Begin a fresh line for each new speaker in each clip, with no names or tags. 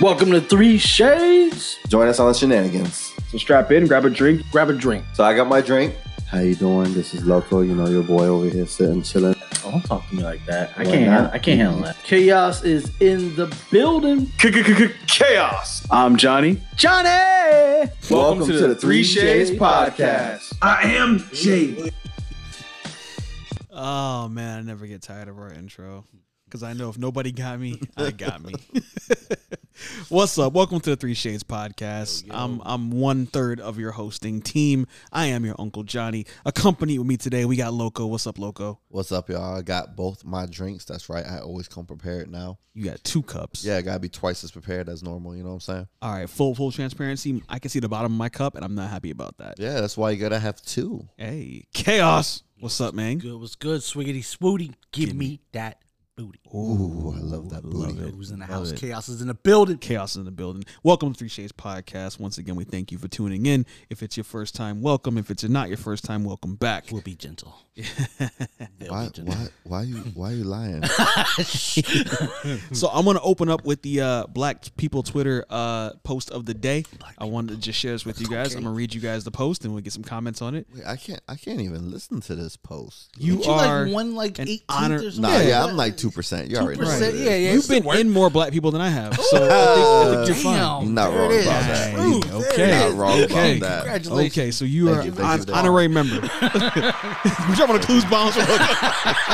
Welcome to Three Shades.
Join us on the shenanigans.
So strap in, grab a drink.
Grab a drink.
So I got my drink.
How you doing? This is Loco. You know your boy over here sitting chilling.
Oh, don't talk to me like that. I
Why
can't.
not?
Handle, I can't handle that. Chaos is in the building.
Chaos. I'm Johnny.
Johnny.
Welcome, to, the Three Shades podcast.
I am Jay.
Oh man, I never get tired of our intro because I know if nobody got me, I got me. What's up? Welcome to the Three Shades Podcast. I'm I'm one third of your hosting team. I am your uncle Johnny. Accompanied with me today, we got Loco. What's up, Loco?
What's up, y'all? I got both my drinks. That's right. I always come prepared now.
You got two cups.
Yeah, I gotta be twice as prepared as normal. You know what I'm saying?
All right. Full full transparency. I can see the bottom of my cup, and I'm not happy about that.
Yeah, that's why you gotta have two.
Hey, chaos. What's up, man?
Good was good. Swiggity swooty. Give, me, that booty.
Ooh, I Oh, love that
Love
booty.
it.
Who's in the
Love
house?
it.
Chaos is in the building.
Chaos in the building. Welcome to Three Shades Podcast. Once again, we thank you for tuning in. If it's your first time, welcome. If it's not your first time, welcome back.
We'll be gentle. They'll
Why,
be gentle.
why, why you, why you lying?
Hmm.
So I'm gonna open up with the uh, Black People Twitter uh, post of the day. I wanted to just share this with you guys. I'm gonna read you guys the post and we'll get some comments on it.
Wait, I can't, I can't even listen to this post.
You
Aren't
are
like one like
an
18th
honor-
or something.
Nah, yeah,
What?
I'm like two percent. You already know. what
2%,
it is.
yeah, yeah.
you've been in more Black people than I have. So I think, I think you're fine.
Damn,
Not
there
wrong
it is.
about that.
Ooh,
Hey,
there
okay.
it
Not
is.
wrong
Okay.
about that.
Congratulations.
Okay, so you are
Thank you, thank you,
an
thank you.
honorary member. We're dropping a clues bombs for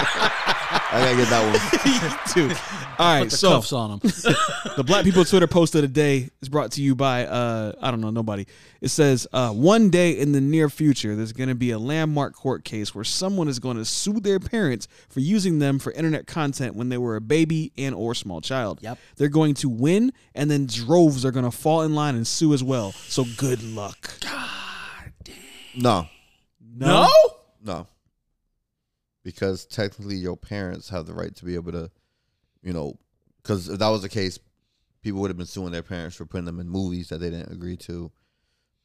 I gotta get that one.
too. All right,
The
so
cuffs on him.
The Black People Twitter post of the day is brought to you by uh I don't know nobody. It says uh one day in the near future there's going to be a landmark court case where someone is going to sue their parents for using them for internet content when they were a baby and or small child.
Yep.
They're going to win and then droves are going to fall in line and sue as well. So good luck.
No,
No.
no, because technically your parents have the right to be able to, you know, because if that was the case, people would have been suing their parents for putting them in movies that they didn't agree to,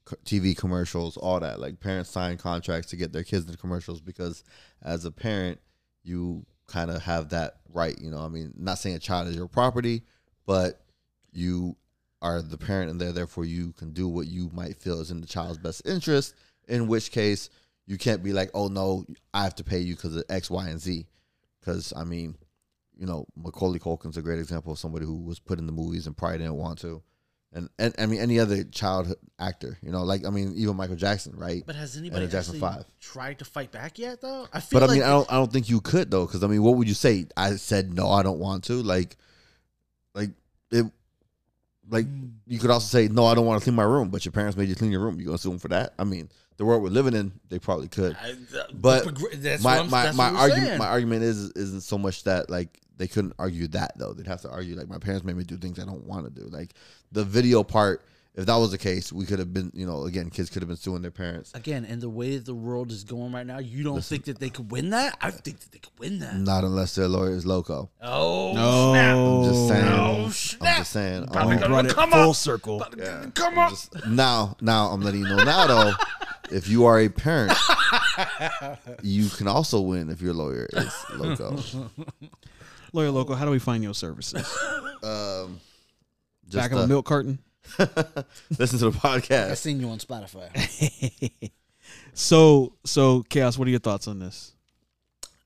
co- TV commercials, all that. Like parents sign contracts to get their kids into commercials because as a parent, you kind of have that right. You know, I mean, not saying a child is your property, but you are the parent and there, therefore you can do what you might feel is in the child's best interest. In which case, you can't be like, oh no, I have to pay you because of X, Y, and Z. Because I mean, you know, Macaulay Culkin's a great example of somebody who was put in the movies and probably didn't want to. And, and I mean, any other child actor, you know, like I mean, even Michael Jackson, right?
But has anybody
Jackson
actually
Five.
tried to fight back yet, though? I feel
But I
like
mean, I don't, I don't think you could though, because I mean, what would you say? I said no, I don't want to. Like, like it, like
Mm.
you could also say no, I don't want to clean my room. But your parents made you clean your room. You gonna sue them for that? I mean, the world we're living in, they probably could.
I- the-
But
the progr- that's
my
what I'm-
my,
that's
my
what we're
argument
saying.
my argument is isn't so much that like they couldn't argue that though. They'd have to argue like my parents made me do things I don't want to do. Like the video part, if that was the case, we could have been you know again kids could have been suing their parents.
Again, and the way the world is going right now, you don't think that they could win that? I think that they could win that.
Not unless their lawyer is loco.
Oh,
I'm
No.
just saying.
Oh,
I'm
snap.
just saying.
Probably
um,
gonna
Brought it
Come
full
on.
circle.
yeah.
Come
I'm
on.
just- now, now I'm letting you know now though, if you are a parent, you can also win if your lawyer is loco.
Lawyer Local, how do we find your services?
Um, just
Back of a
uh,
milk carton.
listen to the
I
podcast.
seen you on Spotify. I
So so chaos, what are your thoughts on this?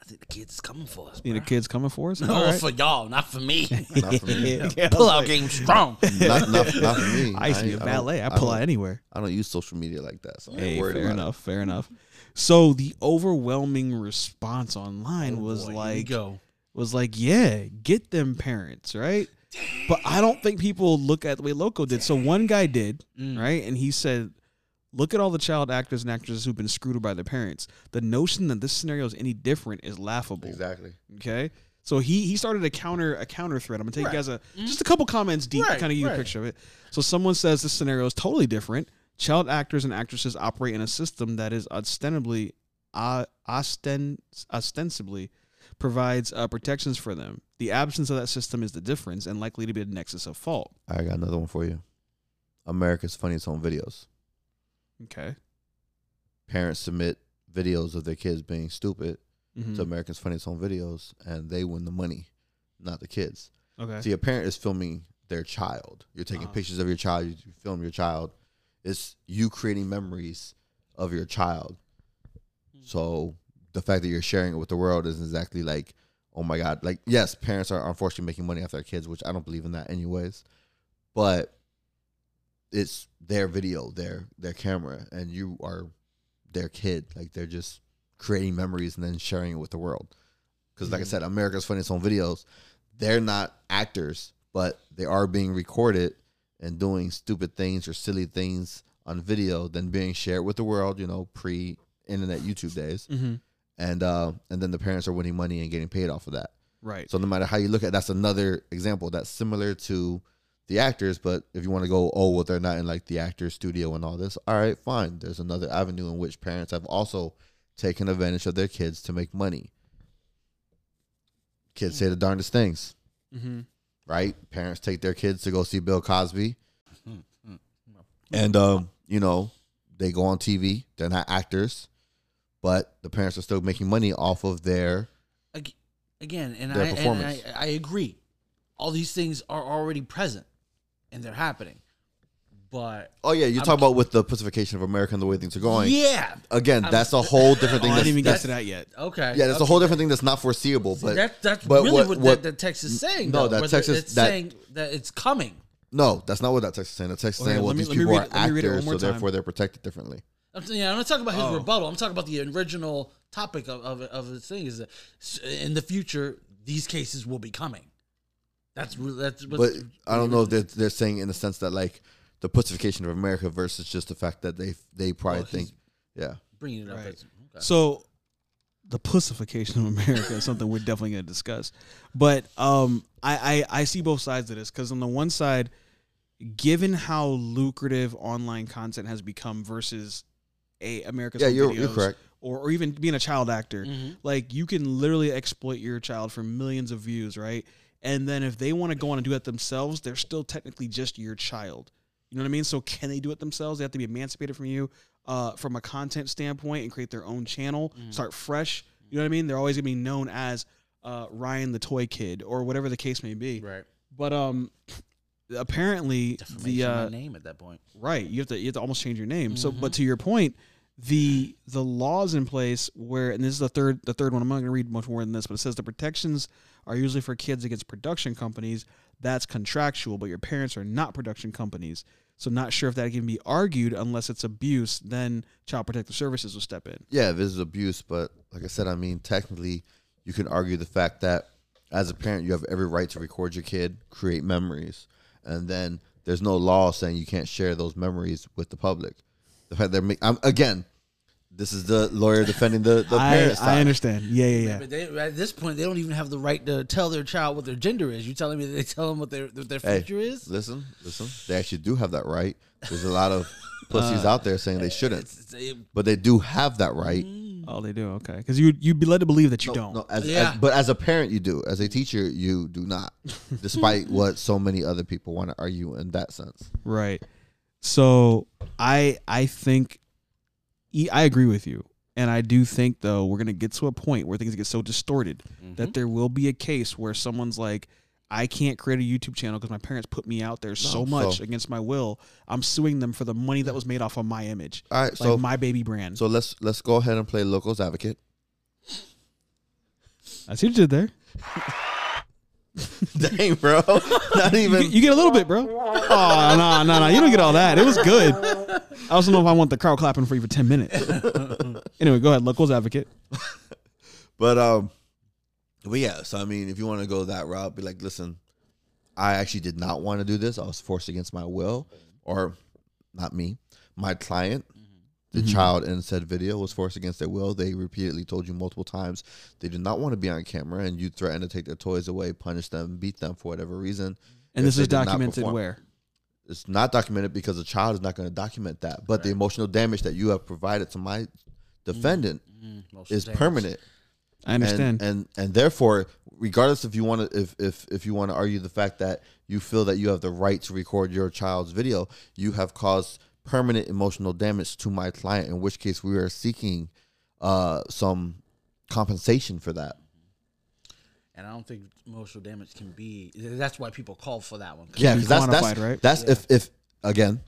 think the kids is coming for us.
You know, kids coming for us?
No,
All right.
for y'all, not for me.
Not for me.
Pull out game strong.
Not, not, not for me.
I used to be a
ain't-
ballet. I
don't-
pull out
don't-
anywhere.
I don't use social media like that, so I ain't
Hey,
worried
fair
about
enough, fair enough. So the overwhelming response online was
Boy, here we
like
go.
was like, yeah, get them parents, right? But I don't think people look at the way Loco did. So one guy did, right? And he said, look at all the child actors and actresses who've been screwed by their parents. The notion that this scenario is any different is
it.
laughable.
Exactly.
Okay. So he he started a counter a counter thread. I'm gonna take you guys a just a couple comments deep to
Mm-hmm. Right,
kind of give you a
right.
picture of it. So someone says this scenario is totally different. Child actors and actresses operate in a system that is ostensibly uh, osten, ostensibly provides uh, protections for them. The absence of that system is the difference and likely to be the nexus of fault.
I got another one for you. America's funniest home videos.
Okay.
Parents submit videos of their kids being stupid
Mhm.
to America's funniest home videos, and they win the money, not the kids.
Okay.
See, a parent is filming their child. You're taking pictures of your child. You you film your child. It's you creating memories of your child. So the fact that you're sharing it with the world isn't exactly like, oh my god. Like yes, parents are unfortunately making money off their kids, which I don't believe in that anyways. But it's their video, their their camera, and you are their kid. Like they're just creating memories and then sharing it with the world. Because like I said, America's Funniest Home Videos, they're not actors, but they are being recorded and doing stupid things or silly things on video, then being shared with the world. You know, pre internet YouTube days,
Mhm.
and uh, and then the parents are winning money and getting paid off of that.
Right.
So no matter how you look at, it, that's another example that's similar to the actors. But if you want to go, oh well, they're not in like the actors studio and all this. All right, fine. There's another avenue in which parents have also taken advantage of their kids to make money. Kids say the darndest things,
mm-hmm.
right? Parents take their kids to go see Bill Cosby, and um, you know they go on TV. They're not actors, but the parents are still making money off of their
Ag- Again, and,
Their
I, and I
performance.
I agree. All these things are already present, and they're happening. But
Oh yeah, you talk about with the pacification of America and the way things are going.
yeah,
Again, that's a whole different
Oh,
thing.
I
that's,
didn't even
that's-
get to that yet.
okay,
Yeah, that's a whole different thing that's not foreseeable. But
that, that's
but
really
what-
what,
what-
that, that text is saying.
No,
though,
that
where
text is-
it's
that-
saying that it's coming.
no, that's not what that text is saying. That text is
Okay,
saying, well,
let me-
these
let me
people
read
are
it- let me read it
actors,
one more
so
time.
therefore they're protected differently.
I'm, t- yeah, I'm not talking about his
Oh.
rebuttal. I'm talking about the original topic of of, of the thing is that s- in the future these cases will be coming. That's re- that's
But
what's,
I don't know if they're, they're saying in the sense that like the pacification of America versus just the fact that they they probably
Well, he's-
think, yeah,
bringing it up.
Right.
as- okay.
So the pussification of America is something we're definitely going to discuss. But um, I, I, I see both sides of this because on the one side, given how lucrative online content has become versus a America's
yeah,
Home
you're, you're
Videos
correct.
Or, or even being a child actor,
Mhm.
like you can literally exploit your child for millions of views, right? And then if they want to go on and do it themselves, they're still technically just your child. You know what I mean? So can they do it themselves? They have to be emancipated from you uh, from a content standpoint and create their own channel,
Mm.
start fresh. You know what I mean? They're always gonna be known as uh, Ryan the Toy Kid or whatever the case may be.
right,
But um, apparently the
Defamation
uh,
of name at that point.
Right. You have to you have to almost change your name. So
Mm-hmm.
but to your point, the the laws in place where and this is the third the third one, I'm not gonna read much more than this, but it says the protections are usually for kids against production companies. That's contractual, but your parents are not production companies. So not sure if that can be argued unless it's abuse, then child protective services will step in.
yeah, this is abuse, but like I said, I mean, technically, you can argue the fact that as a parent, you have every right to record your kid, create memories, and then there's no law saying you can't share those memories with the public. The fact they're make, I'm, again, this is the lawyer defending the the
I,
parent
I
side.
understand. Yeah, yeah, yeah.
But they, at this point, they don't even have the right to tell their child what their gender is. You telling me that they tell them what their what their
Hey,
future is?
listen, listen. They actually do have that right. There's a lot of pussies out there saying they shouldn't,
Uh, It's- Mm-hmm. it-
but they do have that right.
Oh, they do. Okay. Because you you'd be led to believe that you don't.
No, as,
Yeah.
as- but as a parent, you do. As a teacher, you do not. Despite what so many other people want to argue in that sense.
Right. So I I think e- I agree with you. And I do think though we're gonna get to a point where things get so distorted
Mm-hmm.
that there will be a case where someone's like, I can't create a YouTube channel because my parents put me out there so much
so-
against my will. I'm suing them for the money that was made off of my image,
All right,
like
Uh, so
my baby brand.
so let's let's go ahead and play locals advocate.
I see what you did there.
Dang, bro, not
You,
even.
you get a little bit, bro. Oh no no no! You don't get all that. It was good. I also know if I want the crowd clapping for you for ten minutes. anyway, go ahead. Locals advocate.
But um, but yeah. So I mean, if you want to go that route, be like, listen, I actually did not want to do this. I was forced against my will, or not me, my client.
Mm-hmm.
The child in said video was forced against their will. They repeatedly told you multiple times they did not want to be on camera, and you threatened to take their toys away, punish them, beat them for whatever reason. if
And this
they
is
did not
documented
perform.
where.
It's not documented because the child is not going to document that. But the emotional damage that you have provided to
Mm-hmm.
my defendant
Most
is
damage.
permanent.
I
And,
understand.
and and therefore, regardless if you want to if if if you want to argue the fact that you feel that you have the right to record your child's video, you have caused permanent emotional damage to my client. In which case, we are seeking uh, some compensation for that.
And I don't think emotional damage can be. That's why people call for that one.
Yeah, because that's that's
quantified, right?
that's if if again,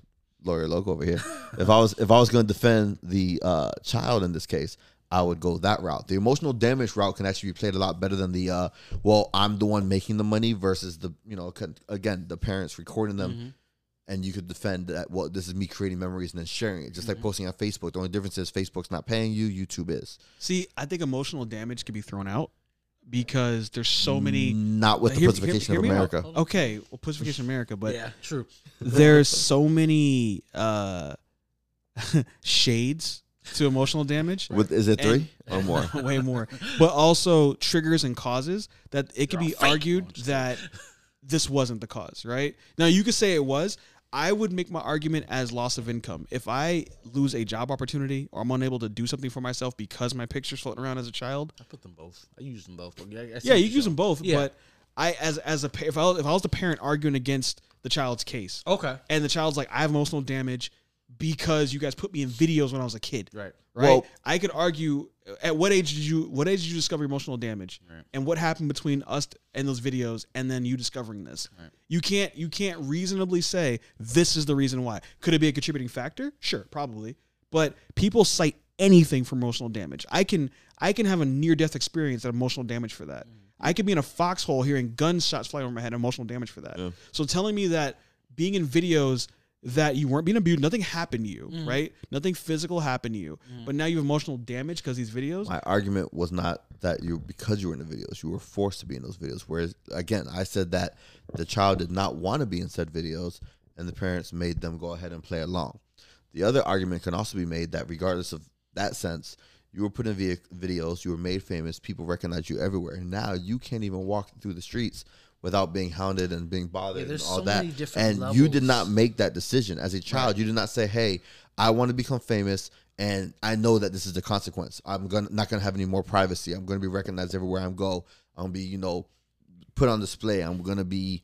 lawyer loco over here. if I was if I was going to defend the uh, child in this case, I would go that route. The emotional damage route can actually be played a lot better than the uh, well, I'm the one making the money versus the you know con- again the parents recording them.
Mm-hmm.
And you could defend that. Well, this is me creating memories and then sharing it, just
Mm-hmm.
like posting on Facebook. The only difference is Facebook's not paying you; YouTube is.
See, I think emotional damage can be thrown out because there's so many.
Not with the
Hear- hear-
pussification
hear
of
me out.
America.
Okay, well, Pussification America, but
yeah, true.
there's so many uh shades to emotional damage.
With is it
And-
three or more?
way more, but also triggers and causes that it
They're
could
all
be
fake.
argued that this wasn't the cause, right? Now you could say it was. I would make my argument as loss of income. If I lose a job opportunity or I'm unable to do something for myself because my picture's floating around as a child,
I put them both. I use them both. But yeah, I see
yeah,
what
you
you're
use them
saying.
both.
Yeah.
But I, as as a pa- if I if I was the parent arguing against the child's case,
Okay.
and the child's like, I have emotional damage because you guys put me in videos when I was a kid,
Right.
right?
Well-
I could argue uh, at what age did you what age did you discover emotional damage
Right.
and what happened between us and those videos and then you discovering this.
Right.
You can't you can't reasonably say this is the reason why. Could it be a contributing factor? Sure, probably. But people cite anything for emotional damage. I can I can have a near death experience and emotional damage for that.
Mm-hmm.
I could be in a foxhole hearing gunshots flying over my head, emotional damage for that. So telling me that being in videos that you weren't being abused, nothing happened to you, right? Nothing physical happened to you, but now you have emotional damage because these videos.
My argument was not that you because you were in the videos, you were forced to be in those videos. Whereas again, I said that the child did not want to be in said videos and the parents made them go ahead and play along. The other argument can also be made that regardless of that sense, you were put in vi- videos, you were made famous, people recognize you everywhere. And now you can't even walk through the streets without being hounded and being bothered
Yeah,
and
there's
all
so
that.
many different
and you did not
levels.
make that decision as a child. You did not say, "Hey, I want to become famous, and I know that this is the consequence. I'm gonna not gonna have any more privacy. I'm gonna be recognized everywhere I go. I'm gonna be, you know, put on display. I'm gonna be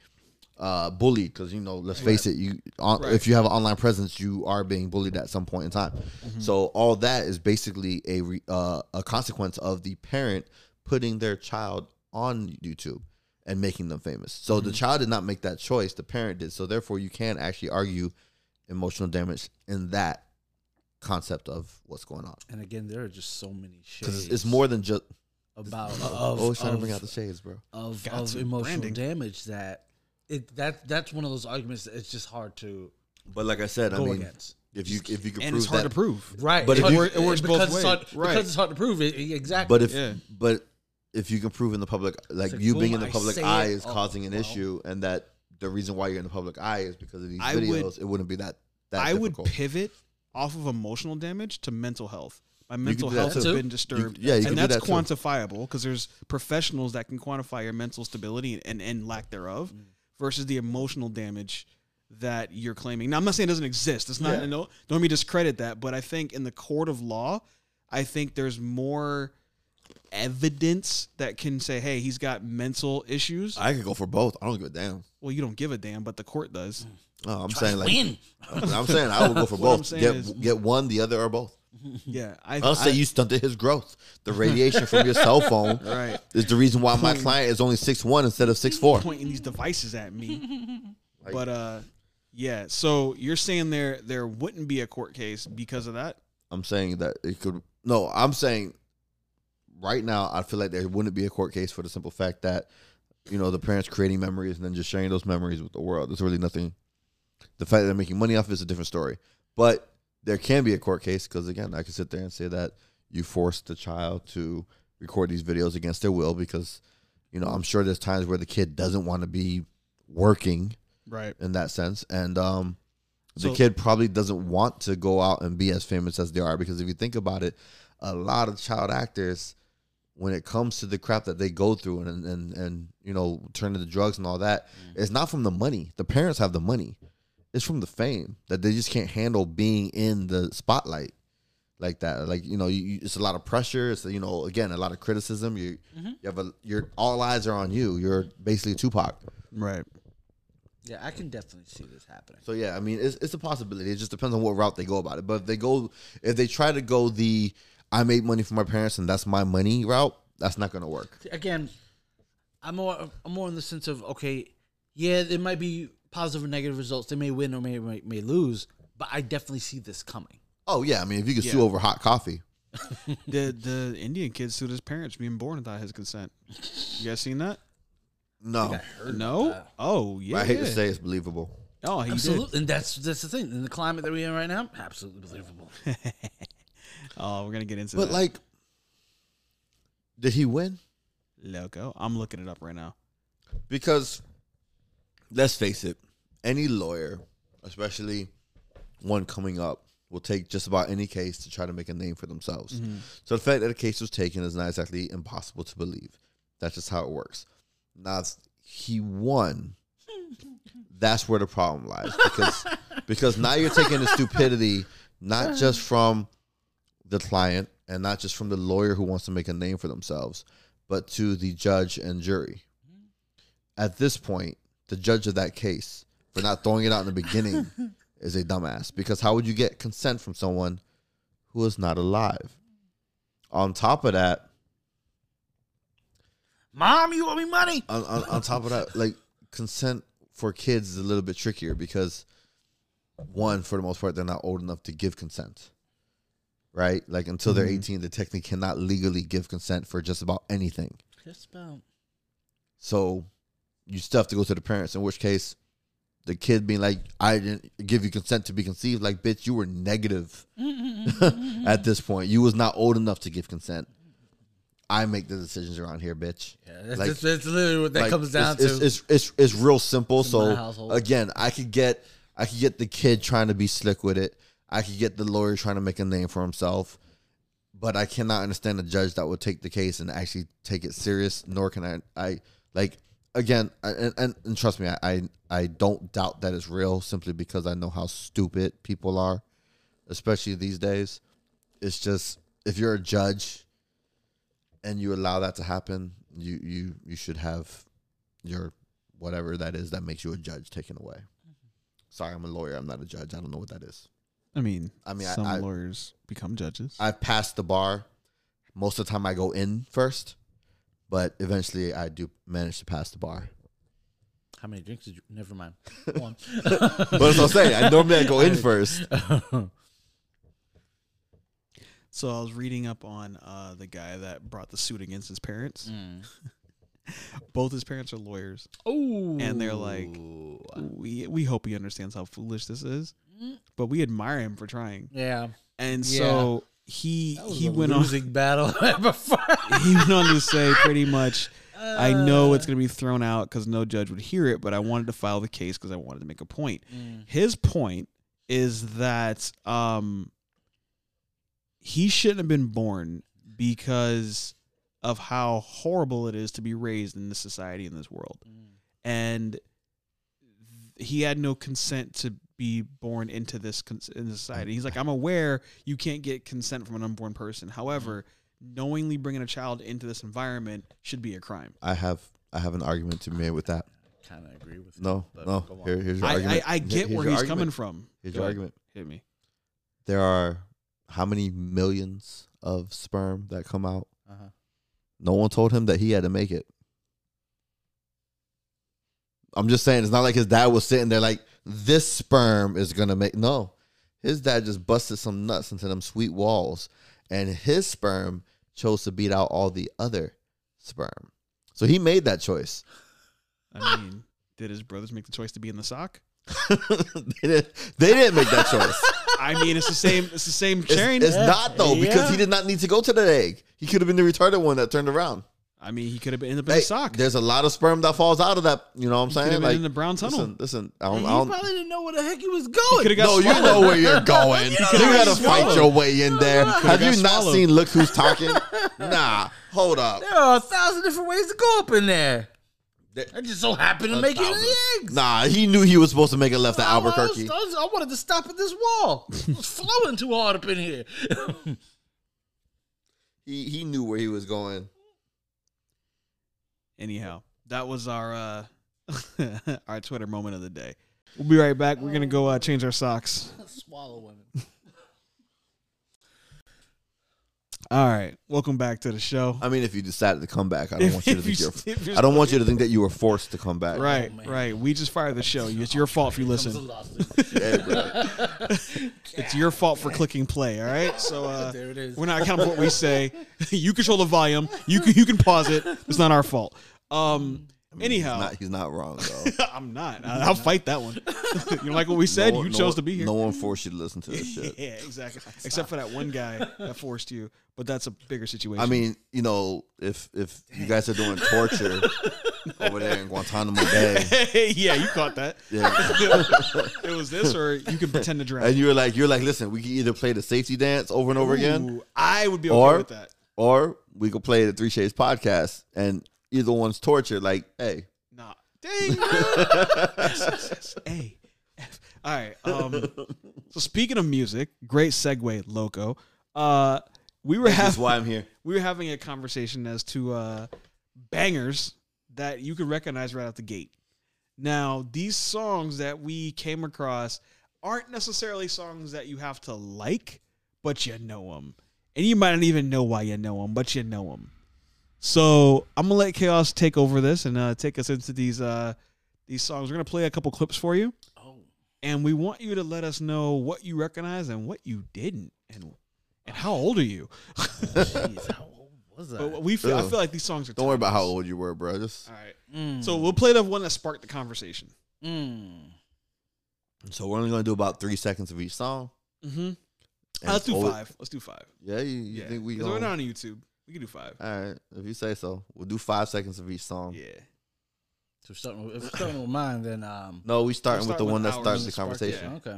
uh, bullied because you know, let's face it, you on, if you have an online presence, you are being bullied at some point in time. So all that is basically a re, uh, a consequence of the parent putting their child on YouTube and making them famous. So the child did not make that choice; the parent did. So therefore, you can actually argue emotional damage in that concept of what's going on
And again, there are just so many
because
shades.
it's, it's more than just
about of,
always trying to bring
of-
out the shades, bro.
of,
Got
of
to.
emotional
Branding.
damage that it that that's one of those arguments that it's just hard to
But like I said, I
go
mean,
against.
if you if you could
and
prove
it's hard
that,
to prove.
Right,
But
it's
if
hard-
you- it works
because
both
it's
ways.
hard,
Right.
Because it's hard to prove it e- exactly.
But if
Yeah.
but if you can prove in the public, like
like,
you being
boom,
in the
I
public
say
eye
it.
is
Oh,
causing an
well.
issue, and that the reason why you're in the public eye is because of these
I would-
videos, it wouldn't be that. that
I would
difficult.
pivot off of emotional damage to mental health. My mental
do that
health has
too.
been disturbed.
You- yeah, you can
and
do that
that's
too.
quantifiable because there's professionals that can quantify your mental stability and, and lack thereof
Mm.
versus the emotional damage that you're claiming. Now, I'm not saying it doesn't exist. It's not, no, don't let me discredit that. But I think in the court of law, I think there's more evidence that can say, hey, he's got mental issues.
I could go for both. I don't give a damn.
well, you don't give a damn, but the court does.
No, I'm saying like
win.
I'm saying I would go for
What I'm
both.
saying
Get
is-
get one, the other, or both.
Yeah. I,
I'll say
I-
you stunted his growth. The radiation from your cell phone
Right.
is the reason why my client is only six one instead of six four.
pointing these devices at me. but uh yeah, so you're saying there there wouldn't be a court case because of that?
I'm saying that it could. No, I'm saying right now I feel like there wouldn't be a court case for the simple fact that you know the parents creating memories and then just sharing those memories with the world. There's really nothing. The fact that they're making money off it is a different story, but there can be a court case because again, I could sit there and say that you forced the child to record these videos against their will because you know I'm sure there's times where the kid doesn't want to be working
Right.
in that sense. And um, the
So-
kid probably doesn't want to go out and be as famous as they are because if you think about it, a lot of child actors, when it comes to the crap that they go through and and and you know turning to drugs and all that, it's not from the money. The parents have the money. It's from the fame that they just can't handle being in the spotlight like that. Like you know, you, you, it's a lot of pressure. It's you know, again, a lot of criticism. You you have a your all eyes are on you. You're basically Tupac.
Right.
Yeah, I can definitely see this happening.
So yeah, I mean, it's, it's a possibility. It just depends on what route they go about it. But if they go, if they try to go the I made money for my parents and that's my money route, that's not gonna work.
Again, I'm more I'm more in the sense of okay, yeah, there might be positive and negative results. They may win or may may, may lose, but I definitely see this coming.
Oh yeah, I mean, if you could
Yeah.
sue over hot coffee,
The the Indian kid sued his parents being born without his consent. You guys seen that?
no, I,
No. Oh yeah.
hate to say it's believable.
Oh, he
Absolutely, and that's that's the thing. In the climate that we're in right now, absolutely believable.
did. Oh, we're gonna get into
But
that.
like, did he win?
loco. I'm looking it up right now.
Because let's face it, any lawyer, especially one coming up, will take just about any case to try to make a name for themselves. So the fact that a case was taken is not exactly impossible to believe. That's just how it works. Now if he won. That's where the problem lies because because now you're taking the stupidity not just from the client and not just from the lawyer who wants to make a name for themselves, but to the judge and jury at this point, the judge of that case for not throwing it out in the beginning is a dumbass because how would you get consent from someone who is not alive? On top of that,
Mom, you owe me money.
on, on, on top of that, like consent for kids is a little bit trickier because one, for the most part, they're not old enough to give consent. Right? Like until they're 18, they technically cannot legally give consent for just about anything.
Just about.
So you still have to go to the parents, in which case the kid being like, I didn't give you consent to be conceived, like bitch, you were negative at this point. You was not old enough to give consent. I make the decisions around here, bitch.
Yeah, that's,
Like-
that's, that's literally what that
Like,
comes down
it's,
to.
It's, it's it's it's real simple.
in my
so
household.
again, I could get I could get the kid trying to be slick with it. I could get the lawyer trying to make a name for himself. But I cannot understand a judge that would take the case and actually take it serious. Nor can I I like again I- and and, and trust me, I, I I don't doubt that it's real simply because I know how stupid people are, especially these days. It's just if you're a judge and you allow that to happen, you you you should have your whatever that is that makes you a judge taken away.
Mm-hmm.
Sorry, I'm a lawyer. I'm not a judge. I don't know what that is.
I mean,
I mean, I-
some
I-
lawyers become judges.
I've passed the bar. Most of the time, I go in first, but eventually, I do manage to pass the bar.
How many drinks did you? Never mind. One.
But as I'm saying, I normally I go in first.
so I was reading up on uh, the guy that brought the suit against his parents.
Hmm.
Mm.
Both his parents are lawyers,
Oh,
and they're like, we we hope he understands how foolish this is, but we admire him for trying.
yeah.
And
Yeah.
so he
That was
he
a
went on
losing battle before.
he went on to say pretty much I know it's going to be thrown out because no judge would hear it, but I wanted to file the case because I wanted to make a point.
Mm,
His point is that um, he shouldn't have been born because of how horrible it is to be raised in this society in this world,
mm.
and th- he had no consent to be born into this con- in this society. He's like, I'm aware you can't get consent from an unborn person. However,
Mm-hmm.
knowingly bringing a child into this environment should be a crime.
I have I have an argument to be made with that.
Kind of agree with
No,
But
no.
go on.
Here, here's your
I,
argument.
I, I get where he's coming from.
Here's
Go
your
ahead.
argument.
Hit me.
There are how many millions of sperm that come out?
Uh-huh.
No one told him that he had to make it. I'm just saying, it's not like his dad was sitting there like, this sperm is going to make. No. His dad just busted some nuts into them sweet walls, and his sperm chose to beat out all the other sperm. So he made that choice.
I mean, did his brothers make the choice to be in the sock?
they, didn't, they didn't make that choice.
I mean, it's the same. It's the same
It's,
chain.
it's not, though, because he
Yeah.
did not need to go to that egg. He could have been the retarded one that turned around.
I mean, he could have ended up in
Hey,
the sock.
There's a lot of sperm that falls out of that. You know what I'm
He could
saying?
have been
Like,
in the brown tunnel.
Listen, listen. I
He
don't, I don't,
probably didn't know where the heck he was
He
going.
could have got
no, you
swallowed.
know where you're going. you
could've got
gotta fight
swallowed.
your way in there. Have
got
you not
swallowed.
seen Look Who's Talking? nah, hold up.
There are a thousand different ways to go up in there.
There-
I just so happened to
A
make it in
thousand.
the eggs.
Nah, he knew he was supposed to make a left at
I was-
Albuquerque.
I, was- I wanted to stop at this wall. It was flowing too hard up in here.
He he knew where he was going.
Anyhow, that was our uh, our Twitter moment of the day. We'll be right back. We're gonna go uh, change our socks.
Swallow women.
All right, welcome back to the show.
I mean, if you decided to come back, I don't
If-
want you to
if you
think you're.
s- if you're
I don't want you to think that you were forced to come back.
Right,
man.
right. We just fired the show. It's your fault if you listen.
Yeah, bro.
It's your fault for clicking play. All right. So uh,
There it is.
We're not accountable for what we say. you control the volume. You can you can pause it. It's not our fault. Um. Anyhow,
Not- he's not wrong though.
I'm not. I, I'll fight that one. you don't like what we said?
No one-
you
no
chose
one-
to be here.
No one forced you to listen to this shit.
yeah, exactly. Except for that one guy that forced you, but that's a bigger situation.
I mean, you know, if if you guys are doing torture over there in Guantanamo Bay,
yeah, you caught that.
yeah,
it was this, or you can pretend to drown.
and you're like, you're like, listen, we can either play the safety dance over and over again,
Ooh, I would be okay
Or-
with that.
or we could play the Three Shades podcast, and either one's torture. Like, hey,
Nah. Dang. hey. All right. Um, so speaking of music, great segue, Loco. Uh, we were
this is
having
why I'm here.
we were having a conversation as to uh, bangers that you could recognize right out the gate. Now, these songs that we came across aren't necessarily songs that you have to like, but you know them. And you might not even know why you know them, but you know them. So I'm gonna let Chaos take over this and uh, take us into these uh, these songs. We're gonna play a couple clips for you,
Oh,
and we want you to let us know what you recognize and what you didn't, and and how old are you?
jeez, how old was I?
But we feel, I
Ugh.
feel like these songs are.
Don't worry about how
timeless.
old you were, bro. Just
All right.
Mm,
So we'll play the one that sparked the conversation.
mm.
so we're only gonna do about three seconds of each song.
Mm-hmm.
and
let's do
over-
five. Let's do five.
Yeah, you, you
yeah.
think we?
'Cause we're
Gonna,
not on YouTube. We can do five.
All right, if you say so, we'll do five seconds of each song.
Yeah.
So if something, if something with mine, then um.
No, we starting
We're
with the
starting
one
with
that
ours
starts
and
the
spark-
conversation.
yeah.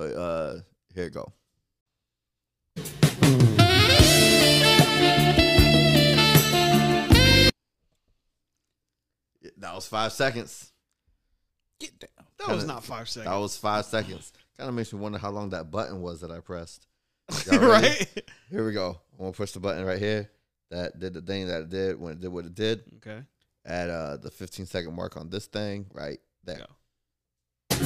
Okay.
So uh here it go. Yeah, That was five seconds.
Get down.
That was
Kinda-
not five
That
seconds.
was five seconds. Kind of makes me wonder how long that button was that I pressed. Y'all ready?
right.
Here we go. I'm gonna push the button right here. That did the thing that it did when it did what it did
Okay.
at uh the 15 second mark on this thing right there.
Go.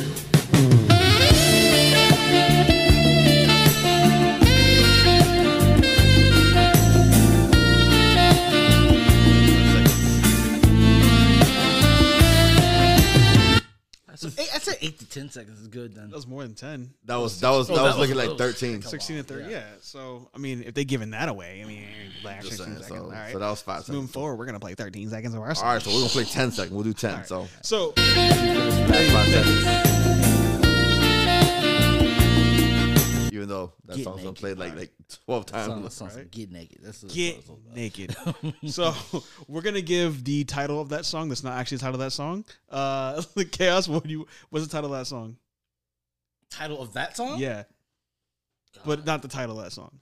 That's eight, I'd say eight to ten seconds is good then.
That was more than ten.
That was that was that
that
was
was
looking like
close.
13.
Sixteen and thirty.
yeah.
Yeah. So I mean, if they giving that away, I mean, like
Just
16
saying,
seconds.
so,
All right.
so that was five
Moving
seconds.
forward, we're gonna play thirteen seconds of our
All
song.
right, so we're gonna play 10 seconds. We'll do 10.
right.
So
So
that's five seconds. Even though that
Get
song's been
naked.
played like like 12
Song-
times.
song- song,
right?
Get naked. That's that's
get
what it's all
naked. so we're gonna give the title of that song. That's not actually the title of that song. Uh, chaos. What do you? What's the title of that song?
about. Title of that song?
Yeah,
God.
but not the title of that song.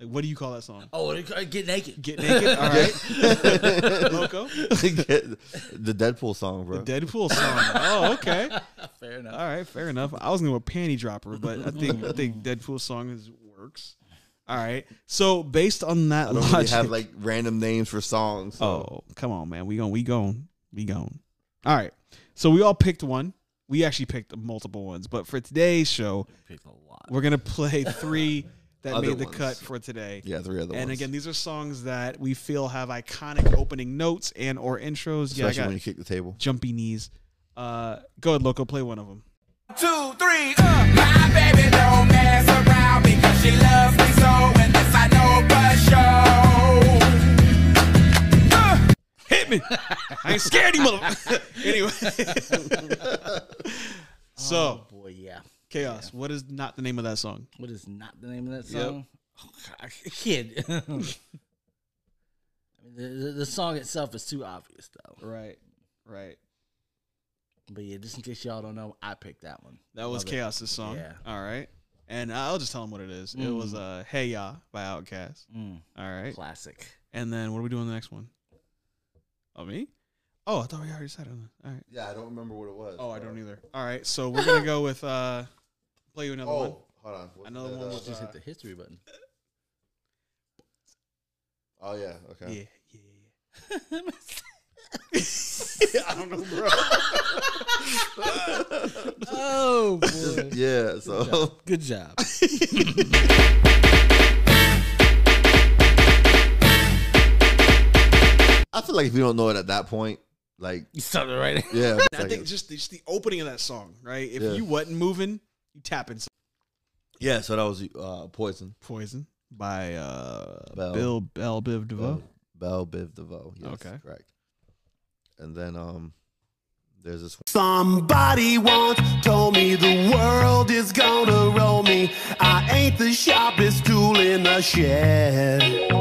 Like, what do you call that song?
oh, it- uh, get naked.
Get naked. All right, Loco.
the Deadpool song,
The
bro.
Deadpool song. Oh, okay.
Fair enough.
All right, fair enough. I was gonna go panty dropper, but I think I think Deadpool song is works. All right. So based on that
I don't
logic,
really have like random names for songs. so-
Oh, come on, man. We going, we going, we going. All right. So we all picked one. We actually picked multiple ones, but for today's show,
Pick a lot.
we're gonna play three that
Other
made the
ones.
cut for today.
yeah, three other
and
ones.
again, these are songs that we feel have iconic opening notes and or intros. Yeah, I
especially
got
when you kick the table.
jumpy knees. Uh, go ahead, Loco, play one of them.
two, three, uh. My baby don't mess around because she loves me so, and this I know for sure. Uh.
Hit me! I ain't scared, you mother. anyway, so
Oh,
Oh,
Boy, yeah.
chaos. What is not the name of that song?
What is not the name of that
Yep.
song? Oh, God, I- kid. I mean, the, the, the song itself is too obvious, though.
Right, right.
But yeah, just in case y'all don't know, I picked that one.
That was
Love it.
Chaos's song.
Yeah.
All right. And I'll just tell them what it is. It was
Mm.
uh, Hey Ya by Outkast.
Mm,
All right.
Classic.
And then what are we doing the next one? Oh, me? Oh, I thought we already said it. All right.
Yeah, I don't remember what it was.
Oh, I don't either. All right. So we're going to go with uh, play you another one.
Oh, hold on.
Another one was
Just
uh,
hit the history button.
Oh yeah,
Yeah, yeah,
okay.
yeah. yeah. I don't know, bro.
Oh, boy.
Yeah, so
Good job.
feel like if you don't know it at that point, like
You stopped it right.
yeah, it's
I
like-
think just the, just the opening of that song, right? If
Yeah.
you wasn't moving, you tapping some
yeah. So that was uh, Poison.
Poison by uh,
Bell.
Bill Bell Biv DeVoe.
Bell Biv DeVoe. Yes,
Okay.
correct. And then um, there's this
Somebody once told me the world is gonna roll me. I ain't the sharpest tool in the shed.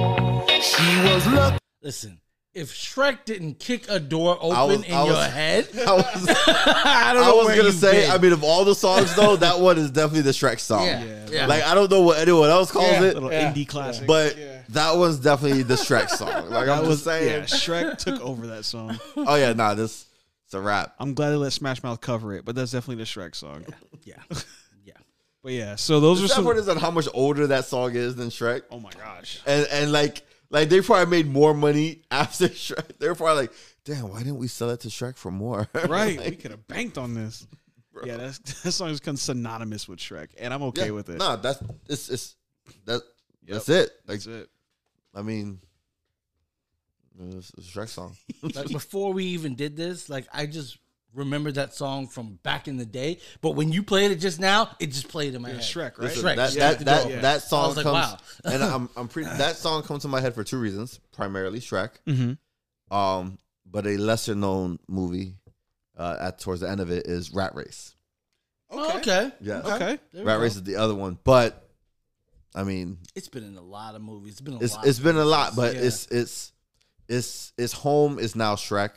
She was looking.
Listen, if Shrek didn't kick a door open
I was-
in
I
your
was-
head,
I was,
I don't
I
know
was
where
gonna
you've
say.
been.
I mean, of all the songs though, that one is definitely the Shrek song.
yeah, yeah,
Like I don't know what anyone else calls
Yeah.
it,
Little
Yeah.
indie classic.
but that one's definitely the Shrek song. Like
that
I'm just
was
saying.
yeah. Shrek took over that song.
Oh yeah, nah, this it's a rap.
I'm glad they let Smash Mouth cover it, but that's definitely the Shrek song.
yeah.
But yeah, so those
The
are
sad
some.
part is on how much older that song is than Shrek,
oh my gosh.
and and like like they probably made more money after Shrek. They're probably like, damn, why didn't we sell it to Shrek for more?
Right,
Like,
we could have banked on this. Yeah, that's, that song is kind of synonymous with Shrek, and I'm okay
yeah,
with it.
Nah, that's it's it's that that's it. Like
That's it.
I mean, it's it's a Shrek song.
like before we even did this, like I just remembered that song from back in the day. But when you played it just now, it just played in my head.
Shrek, right?
Listen,
Shrek,
that,
yeah,
that,
the
that,
dog.
that
I
song
was like,
comes,
wow.
and I'm I'm pretty. That song comes to my head for two reasons, primarily Shrek,
Mhm.
Mm-hmm.
um, but a lesser known movie uh, at towards the end of it is Rat Race.
Oh, okay.
Yeah,
Okay.
There we
Rat
go.
Race is the other one, but I mean,
It's been in a lot of movies. It's been a
it's
lot.
it's been a lot, but
Yeah.
it's it's it's it's home is now Shrek.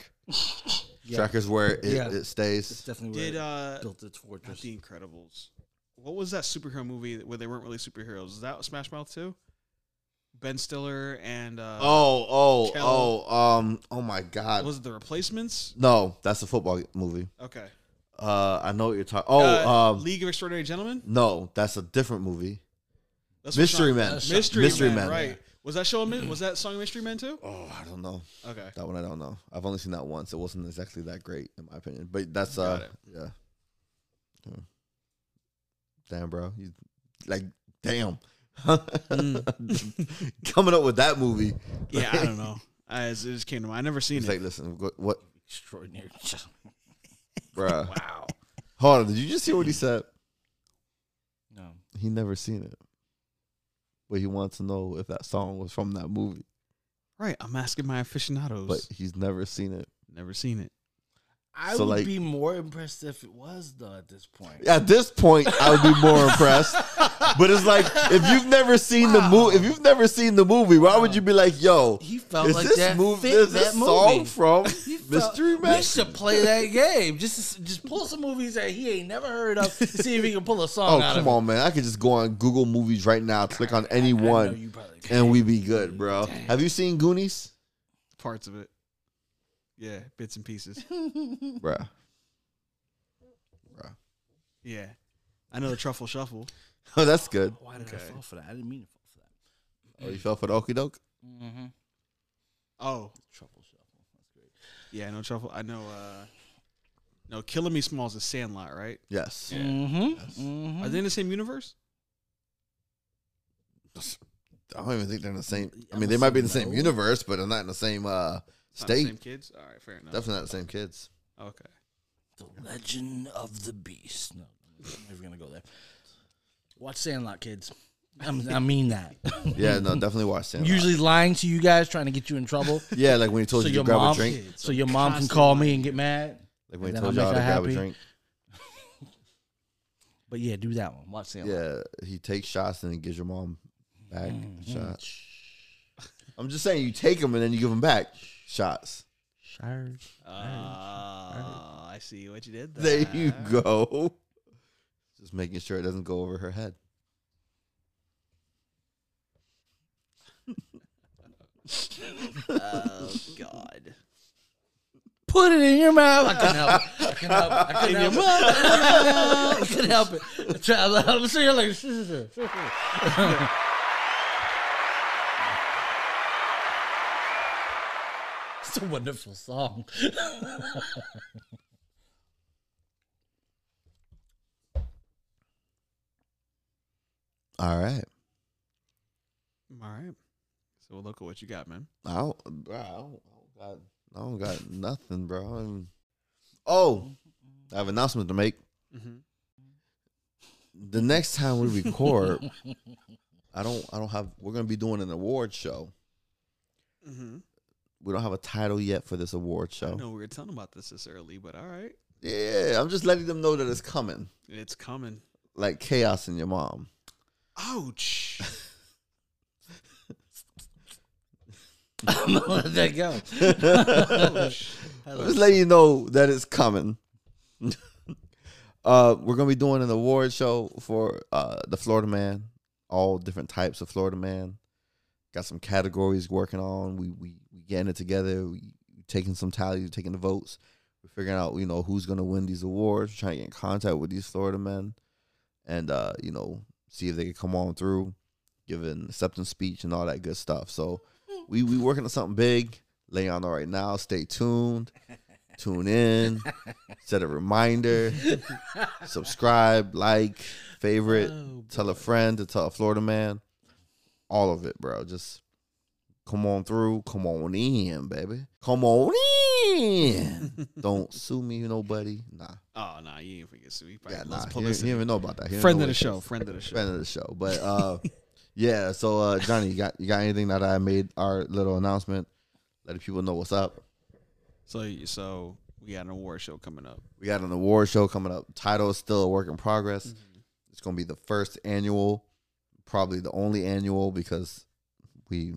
Shrek is where it,
Yeah.
it
it's
stays.
definitely where
Did
it
uh,
built its
not
fortress.
the Incredibles? What was that superhero movie where they weren't really superheroes? Is that Smash Mouth too? Ben Stiller and uh,
Oh oh
Kel-
oh um oh my God!
was it the Replacements?
no, that's a football movie.
Okay.
Uh, I know what you're talking. Oh,
Uh,
um,
League of Extraordinary Gentlemen.
no, that's a different movie.
That's what
Mystery
Sean-
Men.
that's
Mystery,
Mystery
Men,
Men.
Right. Was that show? Was that song Mystery Men too?
Oh, I don't know
Okay.
that one. I don't know. I've only seen that once. It wasn't exactly that great, in my opinion. But that's uh, yeah. Yeah. Damn, bro, you like damn. Coming up with that movie,
Yeah, I don't know. I, it just came to mind. I never seen
It's
it.
like, listen, what, what
Extraordinary.
bruh? wow. Hold on, did you just hear what he said?
No.
He never seen it, but he wants to know if that song was from that movie.
right. I'm asking my aficionados.
But he's never seen it.
never seen it.
I
So,
would
like-
be more impressed if it was though at this point.
At this point, I would be more impressed. But it's like if you've never seen the movie, if you've never seen the movie, why would you be like, "Yo,
He felt
is
like
this
that
mov-
fit
is
that
this song
movie.
from
He felt-
Mystery Man?"
We should play that game. Just just pull some movies that he ain't never heard of. to See if he can pull a
Oh,
song out
come
of.
on, man! I could just go on Google Movies right now, click on any
it. I know you
one,
probably can.
and we be good, bro. Have you seen Goonies,
Parts of it. Yeah, bits and pieces.
bro?
Yeah. I know the truffle shuffle.
Oh, that's good.
Why did I fall for that? I didn't mean to fall for that.
Oh, you fell for the okey doke.
Oh,
Trouble shuffle. That's great.
yeah, I know truffle. I know uh No, Killing Me Small is a sandlot, right?
Yes.
Mm-hmm.
Are they in the same universe?
I don't even think they're in the same. I
I'm
mean, they might be in the
assuming
same
no.
universe, but they're not in the same uh,
Not the
state.
Same kids? All right, fair enough.
Definitely not the same kids.
Okay.
The Legend of the Beast. No, I'm never gonna go there. Watch Sandlot, kids. I'm, I mean that.
Yeah, no, definitely watch Sandlot.
Usually lying to you guys, trying to get you in trouble,
yeah, like when he told
so
you to
your
grab
mom,
a drink.
so your mom can call me and get mad.
Like when
and
he
then
told
I'll
y'all
make
to
her
grab a
happy.
drink.
But yeah, do that one. Watch Sandlot.
Yeah, he takes shots and then gives your mom back
Mm-hmm.
shots. I'm just saying, you take them and then you give them back shots.
Uh, Ah, I see what you did
There
there.
you go. Just making sure it doesn't go over her head.
Oh God.
Put it in your mouth. I couldn't help it. I couldn't help it. I couldn't help it. I couldn't help it. I tried- I'm sitting here like, "Sure, sure, sure, sure." it's a wonderful song.
All right.
All right. So look at what you got, man.
I don't, bro, I don't, I don't Got- I don't got nothing, bro. I'm- oh, I have an announcement to make.
Mm-hmm.
The next time we record, I don't. I don't have. We're gonna be doing an award show. We don't have a title yet for this award
Mm-hmm. I
show.
know we were telling about this this early, but all right,
Yeah, I'm just letting them know that it's coming.
it's coming.
Like chaos and your mom.
Ouch!
I'm gonna let that go.
Ouch.
Just letting you know that it's coming. uh, we're gonna be doing an award show for uh, the Florida Man, all different types of Florida Man. Got some categories working on. We we, we getting it together. We taking some tallies, taking the votes. We're figuring out you know who's gonna win these awards. trying to get in contact with these Florida men, and uh, you know see if they can come on through, give an acceptance speech and all that good stuff. So we we working on something big. Laying on it right now. Stay tuned tune in, set a reminder, subscribe, like, favorite,
Oh,
tell a friend to tell a Florida man. All of it, bro. Just come on through. Come on in, baby. Come on in. Don't sue me, nobody. Nah.
Oh nah, you ain't forget Sue.
Yeah,
Yeah,
nah. He, he
publicity.
didn't even know about that. He didn't
Friend
know
of
what
the
it
show.
is.
Friend of the show.
Friend of the show. But uh yeah, so uh Johnny, you got you got anything that I made our little announcement? Letting people know what's up.
So so we got an award show coming up.
We got an award show coming up. Title is still a work in progress.
Mm-hmm.
It's going to be the first annual, probably the only annual because we,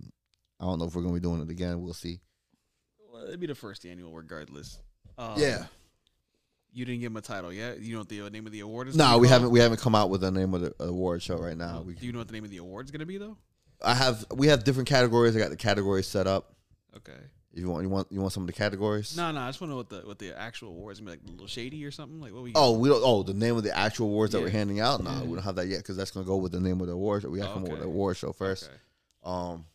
I don't know if we're going to be doing it again. We'll see.
Well, it'd be the first annual, regardless. Um,
yeah.
You didn't give him a title yet. You know what the uh, name of the award is?
No,
gonna be
we
called?
haven't. We haven't come out with the name of the award show right now. We,
Do you know what the name of the award's gonna be though?
I have. We have different categories. I got the categories set up.
Okay.
If you want, you want, you want some of the categories.
No, no, I just want to know what the what the actual award's gonna be like. Little shady or something like what we?
Oh, we don't. Oh, the name of the actual awards that we're
Yeah.
handing out. No, we don't have that yet because that's gonna go with the name of the award. We got to
Oh,
come up with
okay.
the award show first.
Okay.
Um,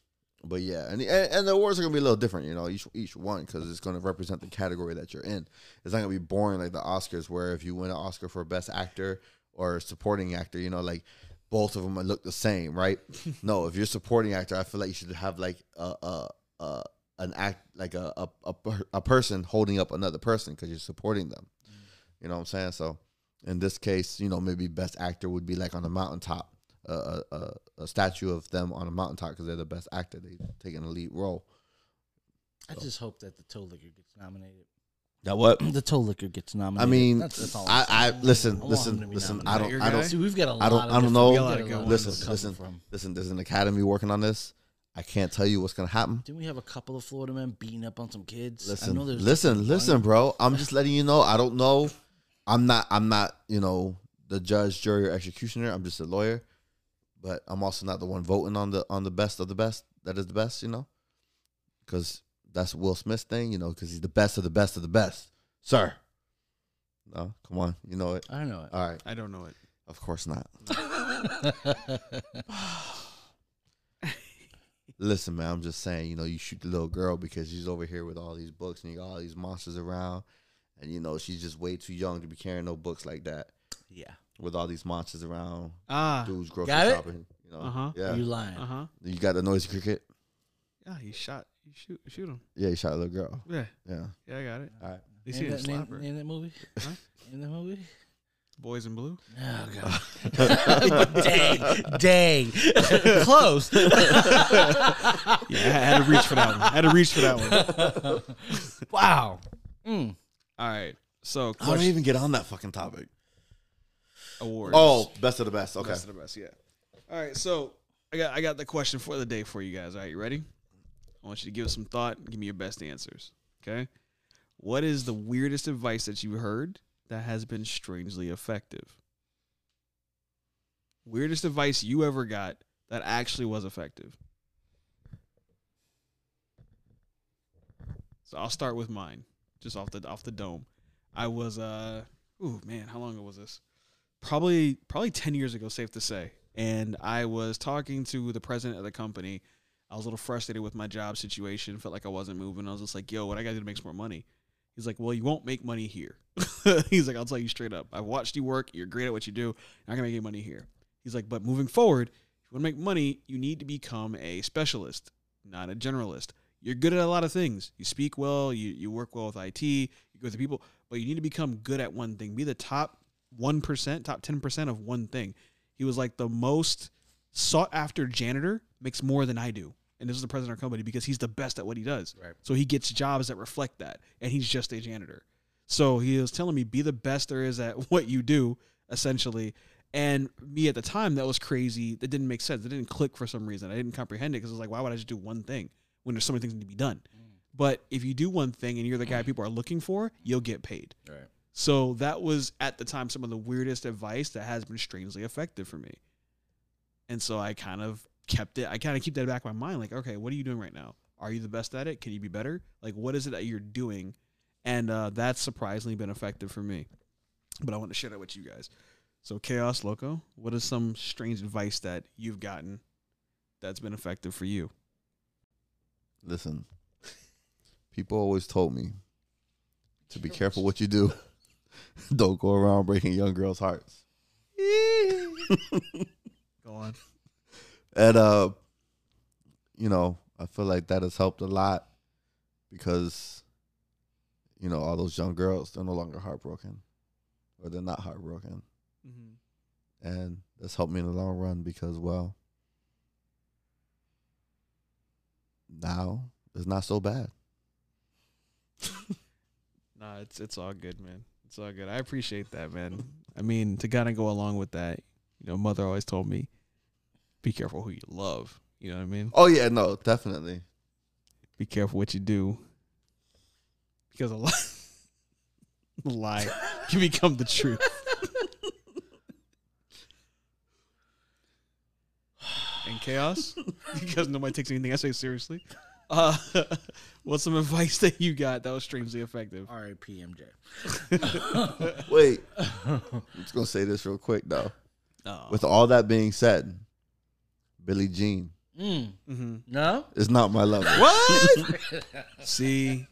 but yeah, and, and and the awards are gonna be a little different, you know, each each one because it's gonna represent the category that you're in. It's not gonna be boring like the Oscars, where if you win an Oscar for Best Actor or Supporting Actor, you know, like both of them look the same, right? no, if you're supporting actor, I feel like you should have like a a, a an act like a a, a per- a person holding up another person because you're supporting them. You know what I'm saying? So in this case, you know, maybe best actor would be like on a mountaintop, uh, a, a, a statue of them on a mountaintop because they're the best actor. They taking a lead role.
I just hope that the toe liquor gets nominated.
Now what?
The toe liquor gets
I
nominated.
mean,
That's- that's all I'm
I, I listen,
I want him to
listen,
be
listen. I
nominated.
don't, I don't,
See, we've got a lot.
I don't,
of
I don't
different-
know.
we've got a lot of
Listen,
people coming
listen,
From.
listen. There's an academy working on this. I can't tell you what's gonna happen.
Didn't we have a couple of Florida men beating up on some kids? I
Listen,
know there's-
listen, listen, bro. I'm just letting you know. I don't know. I'm not. I'm not. You know, the judge, jury, or executioner. I'm just a lawyer, but I'm also not the one voting on the on the best of the best. That is the best, you know, because that's Will Smith's thing, you know, because he's the best of the best of the best, sir. No, come on, you know it.
I know it.
All right,
I don't know it.
of course not. Listen, man, I'm just saying, you know, you shoot the little girl because she's over here with all these books and you got all these monsters around. And, you know, she's just way too young to be carrying no books like that
Yeah.
with all these monsters around,
Ah.
dudes grocery
Got it?
shopping. You know,
Uh-huh.
yeah.
You
You,
lying?
Uh huh.
got the noisy cricket?
Yeah, he shot. You shoot. Shoot him.
Yeah, you shot a little girl.
Yeah.
Yeah.
Yeah, I got it.
All right.
They
Name
see
that, name,
slapper.
name that movie?
Huh?
Name that movie?
Boys in blue.
Oh god! But dang, dang, close.
Yeah, I had to reach for that one. I had to reach for that one.
wow. Mm.
All right. So
I don't
question
even get on that fucking topic.
awards.
Oh, best of the best. Okay.
Best of the best, yeah. All right, so I got I got the question for the day for you guys. All right, you ready? I want you to give us some thought. Give me your best answers. Okay. What is the weirdest advice that you heard that has been strangely effective? Weirdest advice you ever got that actually was effective. So I'll start with mine, just off the off the dome. I was uh, ooh man, how long ago was this? probably probably 10 years ago safe to say and i was talking to the president of the company i was a little frustrated with my job situation felt like i wasn't moving i was just like yo what i gotta do to make some more money he's like well you won't make money here he's like i'll tell you straight up i've watched you work you're great at what you do you're not gonna make any money here he's like but moving forward if you want to make money you need to become a specialist not a generalist You're good at a lot of things. You speak well, you, you work well with IT, you go with the people, but you need to become good at one thing. Be the top 1%, top 10% of one thing. He was like the most sought after janitor makes more than I do. And this is the president of our company because he's the best at what he does.
Right.
So he gets jobs that reflect that. And he's just a janitor. So he was telling me, be the best there is at what you do, essentially. And me at the time, that was crazy. That didn't make sense. It didn't click for some reason. I didn't comprehend it because I was like, why would I just do one thing when there's so many things that need to be done? But if you do one thing and you're the guy people are looking for, you'll get paid.
Right.
So that was at the time some of the weirdest advice that has been strangely effective for me. And so I kind of kept it. I kind of keep that in the back of my mind. Like, okay, what are you doing right now? Are you the best at it? Can you be better? Like, what is it that you're doing? And uh, that's surprisingly been effective for me. But I want to share that with you guys. So, Chaos Loco, what is some strange advice that you've gotten that's been effective for you?
Listen, people always told me to be careful what you do. Don't go around breaking young girls' hearts.
Go on.
And uh, you know, I feel like that has helped a lot because you know all those young girls they're no longer heartbroken, or they're not heartbroken, and that's helped me in the long run because well, now it's not so bad.
Nah, it's it's all good, man. It's all good. I appreciate that, man. I mean, to kind of go along with that, you know, mother always told me, be careful who you love. You know what I mean?
Oh yeah, no, definitely.
Be careful what you do, because a lie, a lie can become the truth. and chaos, because nobody takes anything I say seriously. Uh, what's some advice that you got that was strangely effective?
R.I.P. MJ.
Wait, I'm just gonna say this real quick though.
Oh.
With all that being said, Billie Jean
Mm.
Mm-hmm.
No?
is not my level.
What? see,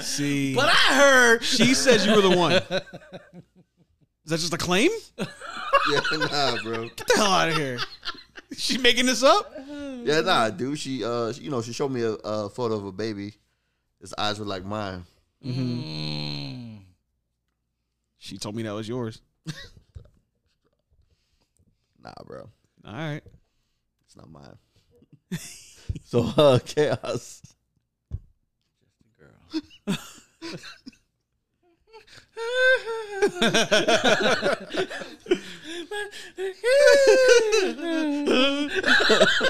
see.
But I heard.
she says you were the one. Is that just a claim?
yeah, nah, bro.
Get the hell out of here. Is she making this up?
Yeah, nah, dude. She, uh, she- you know, she showed me a, a photo of a baby. His eyes were like mine.
Mm.
She told me that was yours.
Nah, bro,
All right.
it's not mine. so uh, chaos.
All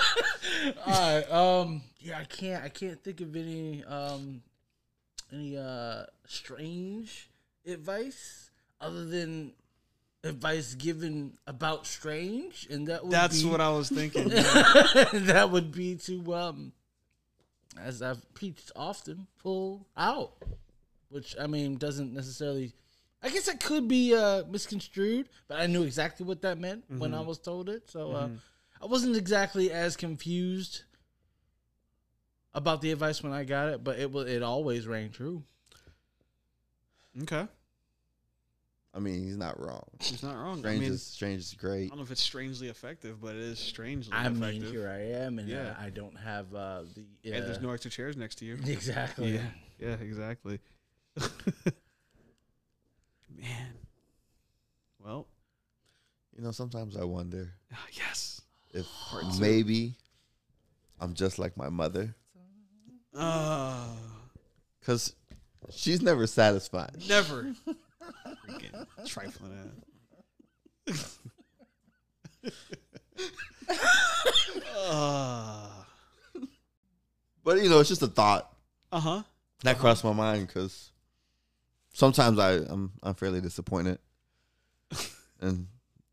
right. Um. Yeah, I can't. I can't think of any. Um. Any uh strange advice other than advice given about strange, and that would
That's
be,
what I was thinking.
that would be to um as I've preached often, pull out. Which I mean doesn't necessarily I guess that could be uh misconstrued, but I knew exactly what that meant when
Mm-hmm.
I was told it. So uh I wasn't exactly as confused about the advice when I got it, but it was it always rang true.
okay.
I mean, he's not wrong.
She's not wrong.
Strange
I mean,
is strange is great.
I don't know if it's strangely effective, but it is strangely
I
effective.
mean, here I am, and
Yeah.
uh, I don't have uh, the. Uh,
And there's no extra chairs next to you.
exactly.
Yeah. Yeah, exactly. Man. Well,
You know, sometimes I wonder
ah, yes.
if maybe I'm just like my mother,
Uh,
cause she's never satisfied.
never. Freaking trifling ass. Ah.
But you know, it's just a thought.
Uh huh.
Uh-huh.
that crossed my mind because sometimes I I'm I'm fairly disappointed, and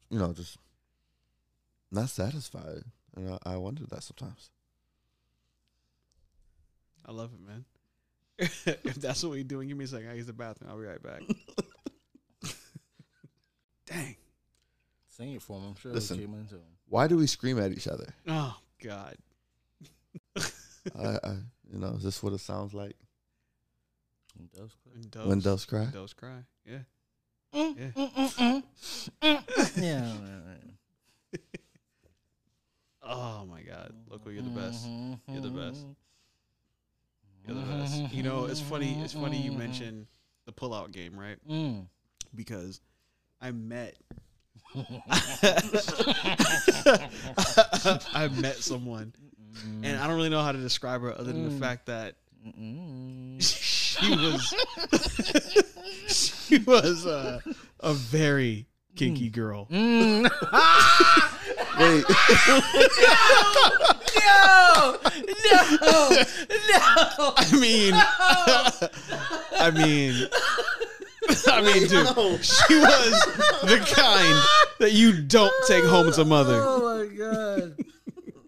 you know just not satisfied, and I, I wonder that sometimes.
I love it, man. if that's what we're doing, give me a second. I use the bathroom. I'll be right back. Dang.
Sing it for him. I'm sure
Listen.
it came into him.
Why do we scream at each other?
Oh God.
I, I you know is this what it sounds like
It does click.
And doves,
when doves cry?
doves cry. Yeah.
Mm, mm, mm, mm, mm. yeah. right, right.
Oh my God. Local, you're the best. You're the best. because of us. You know, it's funny. It's funny you mention the pullout game, right? Because I met. I met someone, and I don't really know how to describe her other than the fact that she was she was uh, a very kinky girl.
Wait,
No, no, no.
I mean, I mean, I mean, dude, she was the kind that you don't take home to mother.
Oh my god.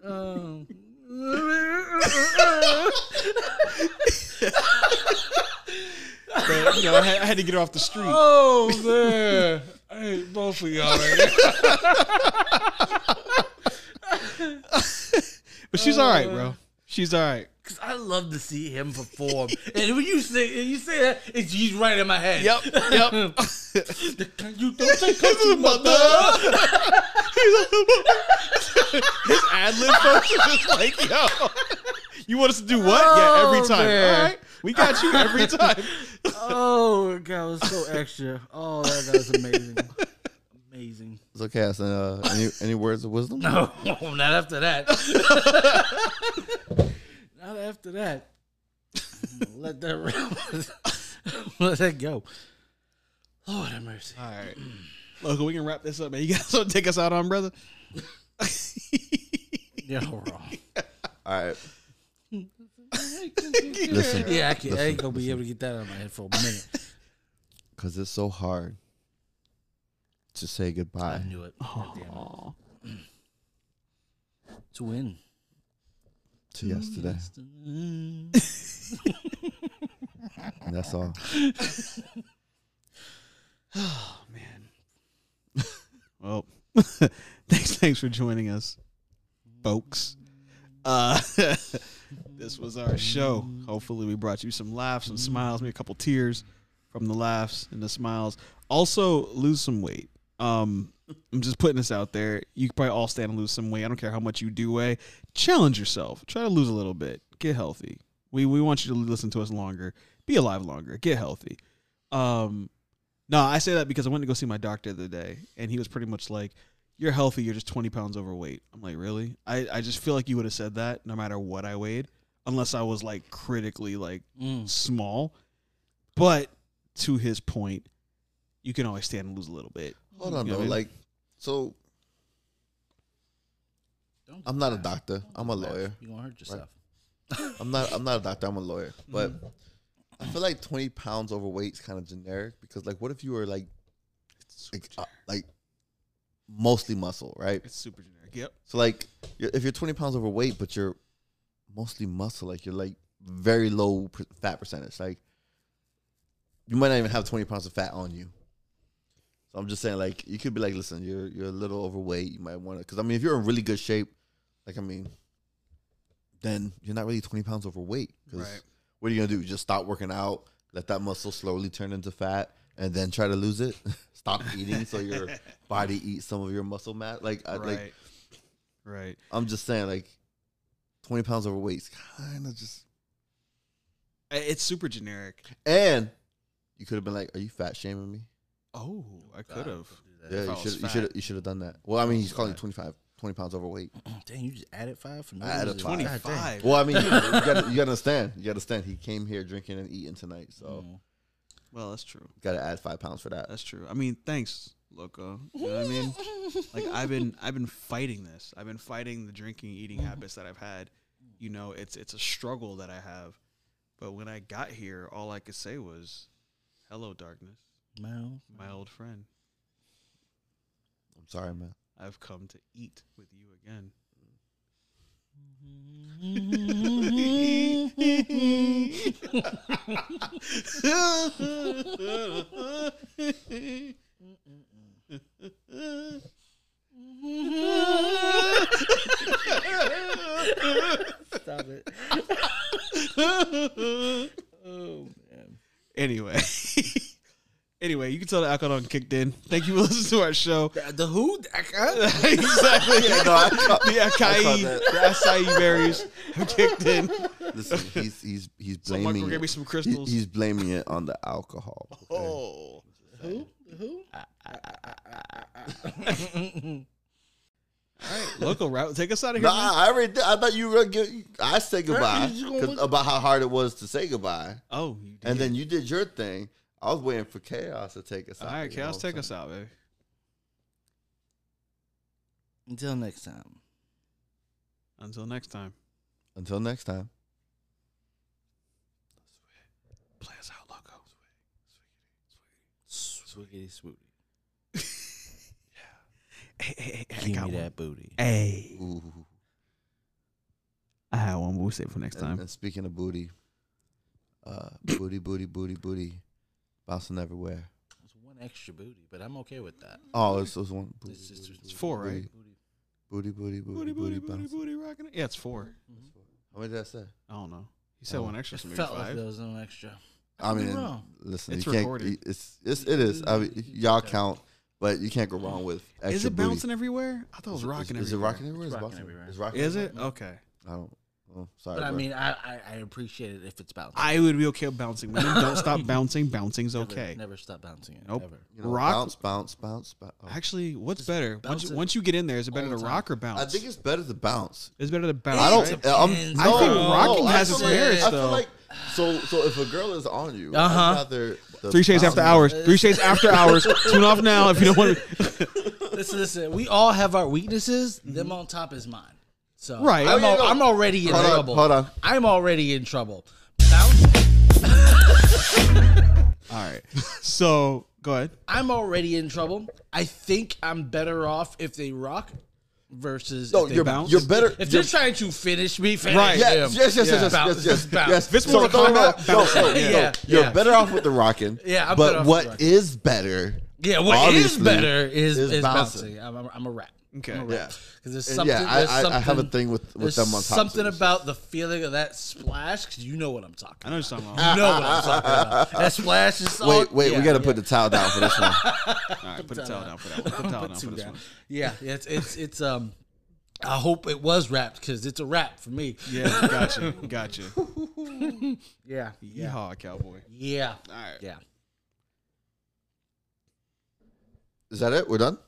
Um.
But, you know, I had, I had to get her off the street.
oh man, I hate both of y'all. Right
But she's all right, bro. She's all right.
Cause I love to see him perform, and when you say you say that, it's he's right in my head.
yep.
The kind you don't take home to mother.
Mother. His ad lib folks are just like, yo, you want us to do what? yeah, every
Oh,
time.
man.
All right. We got you every time.
Oh god, it was so extra. Oh, that guy's amazing, amazing.
it's okay. I said, uh, any any words of wisdom?
No, not after that. not after that. Let that let that go. Lord have mercy.
All right. Logan, we can wrap this up, man. You got something to take us out on, brother?
You're wrong.
All right. Listen,
Yeah, I, can, I ain't gonna be able to get that out of my head for a minute.
because it's so hard to say
I
goodbye.
knew it. Oh. God damn it. To win.
to yesterday.
Mm.
And That's all.
Well, thanks, thanks for joining us, folks. Uh, this was our show. Hopefully, we brought you some laughs, some smiles, maybe a couple tears from the laughs and the smiles. Also, lose some weight. Um, I'm just putting this out there. You could probably all stand and lose some weight. I don't care how much you do weigh. Challenge yourself. Try to lose a little bit. Get healthy. We we want you to listen to us longer. Be alive longer. Get healthy. Um, no, I say that because I went to go see my doctor the other day, and he was pretty much like, "You're healthy. You're just 20 pounds overweight." I'm like, "Really?" I, I just feel like you would have said that no matter what I weighed, unless I was like critically like
Mm.
small. But to his point, you can always stand and lose a little bit.
Hold on
Yeah,
though.
man.
Like, so I'm not a doctor. I'm a lawyer.
You're gonna hurt yourself.
I'm not. I'm not a doctor. I'm a lawyer. But I feel like 20 pounds overweight is kind of generic because, like, what if you were like, like, uh, like mostly muscle, right?
It's super generic. Yep.
So like, you're, if you're 20 pounds overweight, but you're mostly muscle, like you're like very low per- fat percentage, like you might not even have 20 pounds of fat on you. So I'm just saying, like, you could be like, listen, you're you're a little overweight. You might want to, because I mean, if you're in really good shape, like I mean, then you're not really 20 pounds overweight. 'cause
Right.
What are you gonna do? Just stop working out, let that muscle slowly turn into fat, and then try to lose it. stop eating so your body eats some of your muscle mass. Like, I, like
right. right.
I'm just saying, like, 20 pounds overweight is kind of just.
I- It's super generic.
And you could have been like, "Are you fat shaming me?"
Oh, I could have.
Yeah,
I
you
was
should. You
fat.
should. You should have done that. Well, I mean, he's calling you 25, 20 pounds overweight.
Dang, you just added five for no
I added
reason.
five.
God damn.
25.
Well, I mean, you, gotta, you gotta understand. You gotta understand. He came here drinking and eating tonight,
Oh.
so
Oh. Mm. Well, that's true.
you gotta add five pounds for that.
That's true. I mean, thanks, Loco. You know what I mean? Like I've been I've been fighting this. I've been fighting the drinking, eating habits that I've had. You know, it's it's a struggle that I have. But when I got here, all I could say was, "Hello, darkness,
Well,
my old friend.
I'm sorry, man.
I've come to eat with you again."
Stop it. oh man.
Anyway, Anyway, you can tell the alcohol done kicked in. Thank you for listening to our show.
The, the who?
exactly.
No, I caught-
The acai,
that.
the acai berries have kicked in.
listen, he's he's he's
Michael
blaming.
gave
it-
me some
he-
crystals.
he's blaming it on the alcohol. okay?
Oh.
Who?
Local route, take us out of here.
Nah,
man.
I already. Did. I thought you were gonna give. I said goodbye
you gonna
'cause
look-
about how hard it was to say goodbye,
Oh, you did.
and then you did your thing. I was waiting for chaos to take us out.
all right,
you know
chaos,
what I'm
take us
saying?
out, baby.
Until next time.
Until next time,
Until next time.
play us out, loco.
Swiggity swooty.
Hey, hey, hey, I
Give
got
me
one.
that booty.
Hey,
Ooh.
I had one. but We'll save it for next
And,
time.
and speaking of booty, uh, booty, booty, booty, booty, bouncing everywhere.
It's one extra booty, but I'm okay with that.
Oh, it's, it's one. Booty,
It's just
booty,
It's four,
booty,
right?
Booty, booty, booty,
Booty, booty, booty,
bouncing.
booty, rocking it. Yeah, it's four.
How many did I say?
I don't know. You said
Oh.
one extra,
It
so maybe
felt like there
five.
was no extra.
I
Could be
mean,
wrong.
listen,
It's
you can't.
recorded.
you- It's it's it is. I mean, y'all count, but you can't go wrong with. Extra
Is it
booty.
bouncing everywhere? I thought it was rocking.
Is, is it
everywhere.
rocking everywhere?
It's
It's
rocking
rocking
everywhere.
It's rocking.
Is it okay?
I don't. Oh, sorry.
But I
bro.
mean, I, I, I appreciate it if it's bouncing.
I would be okay with bouncing. Women don't stop bouncing. Bouncing's
Never-
okay.
Never stop bouncing it.
Nope.
Ever.
you know,
rock-
bounce, bounce, bounce, bounce. Oh.
Actually, what's better?
bounce
Once,
it
once you get in there, is it better
all
to
the time.
rock or bounce?
I think it's better to bounce.
it's better to bounce.
I don't.
right?
I'm,
depends.
no,
I think rocking
no, I
has
feel
its
like-
merits,
I
though.
feel like so. So if a girl is on you,
Uh-huh.
I'd rather the
Three shades after
bounce-
hours. Three shades after hours. Tune off now if you don't want to.
listen, listen. We all have our weaknesses. Them on top is mine. So
Right.
I'm,
Oh,
yeah,
al-
no.
I'm already in
Hold on,
trouble.
hold on.
I'm already in trouble. Bounce.
All right. So go ahead.
I'm already in trouble. I think I'm better off if they rock versus
No,
if they
you're
bounce.
you're better.
if
you're-
they're trying to finish me, finish
Right.
them.
Yes, yes, yes,
Yeah.
yes,
Bounce,
yes, yes,
just bounce.
yes, yes.
Fist Mortal
no, no,
Kombat,
no,
bounce.
no, no.
Yeah,
You're
yeah.
better off with the rocking.
Yeah, I'm better
but
off
what is
with the
better?
Yeah, what is
obviously,
better is,
is
is bouncing.
bouncing.
I'm, I'm, I'm a rat.
Okay.
Yeah,
Because there's
And
something.
yeah. I,
there's
I,
something
I have a thing with with
there's
them on top.
something
so it's
about the feeling of that splash. Because you know what I'm talking.
I know
about.
what you're talking about.
You know what I'm talking about. That splash is
just- Wait, wait,
yeah,
we gotta
yeah.
put the towel down for this one.
All right, put a towel down for that one. Put a towel down for
two
this
down.
one.
Yeah, it's it's it's um. I hope it was wrapped because it's a wrap for me.
Yeah, gotcha, gotcha.
Yeah, yeah,
Yeehaw, cowboy.
yeah,
All right.
yeah.
Is that it? We're done.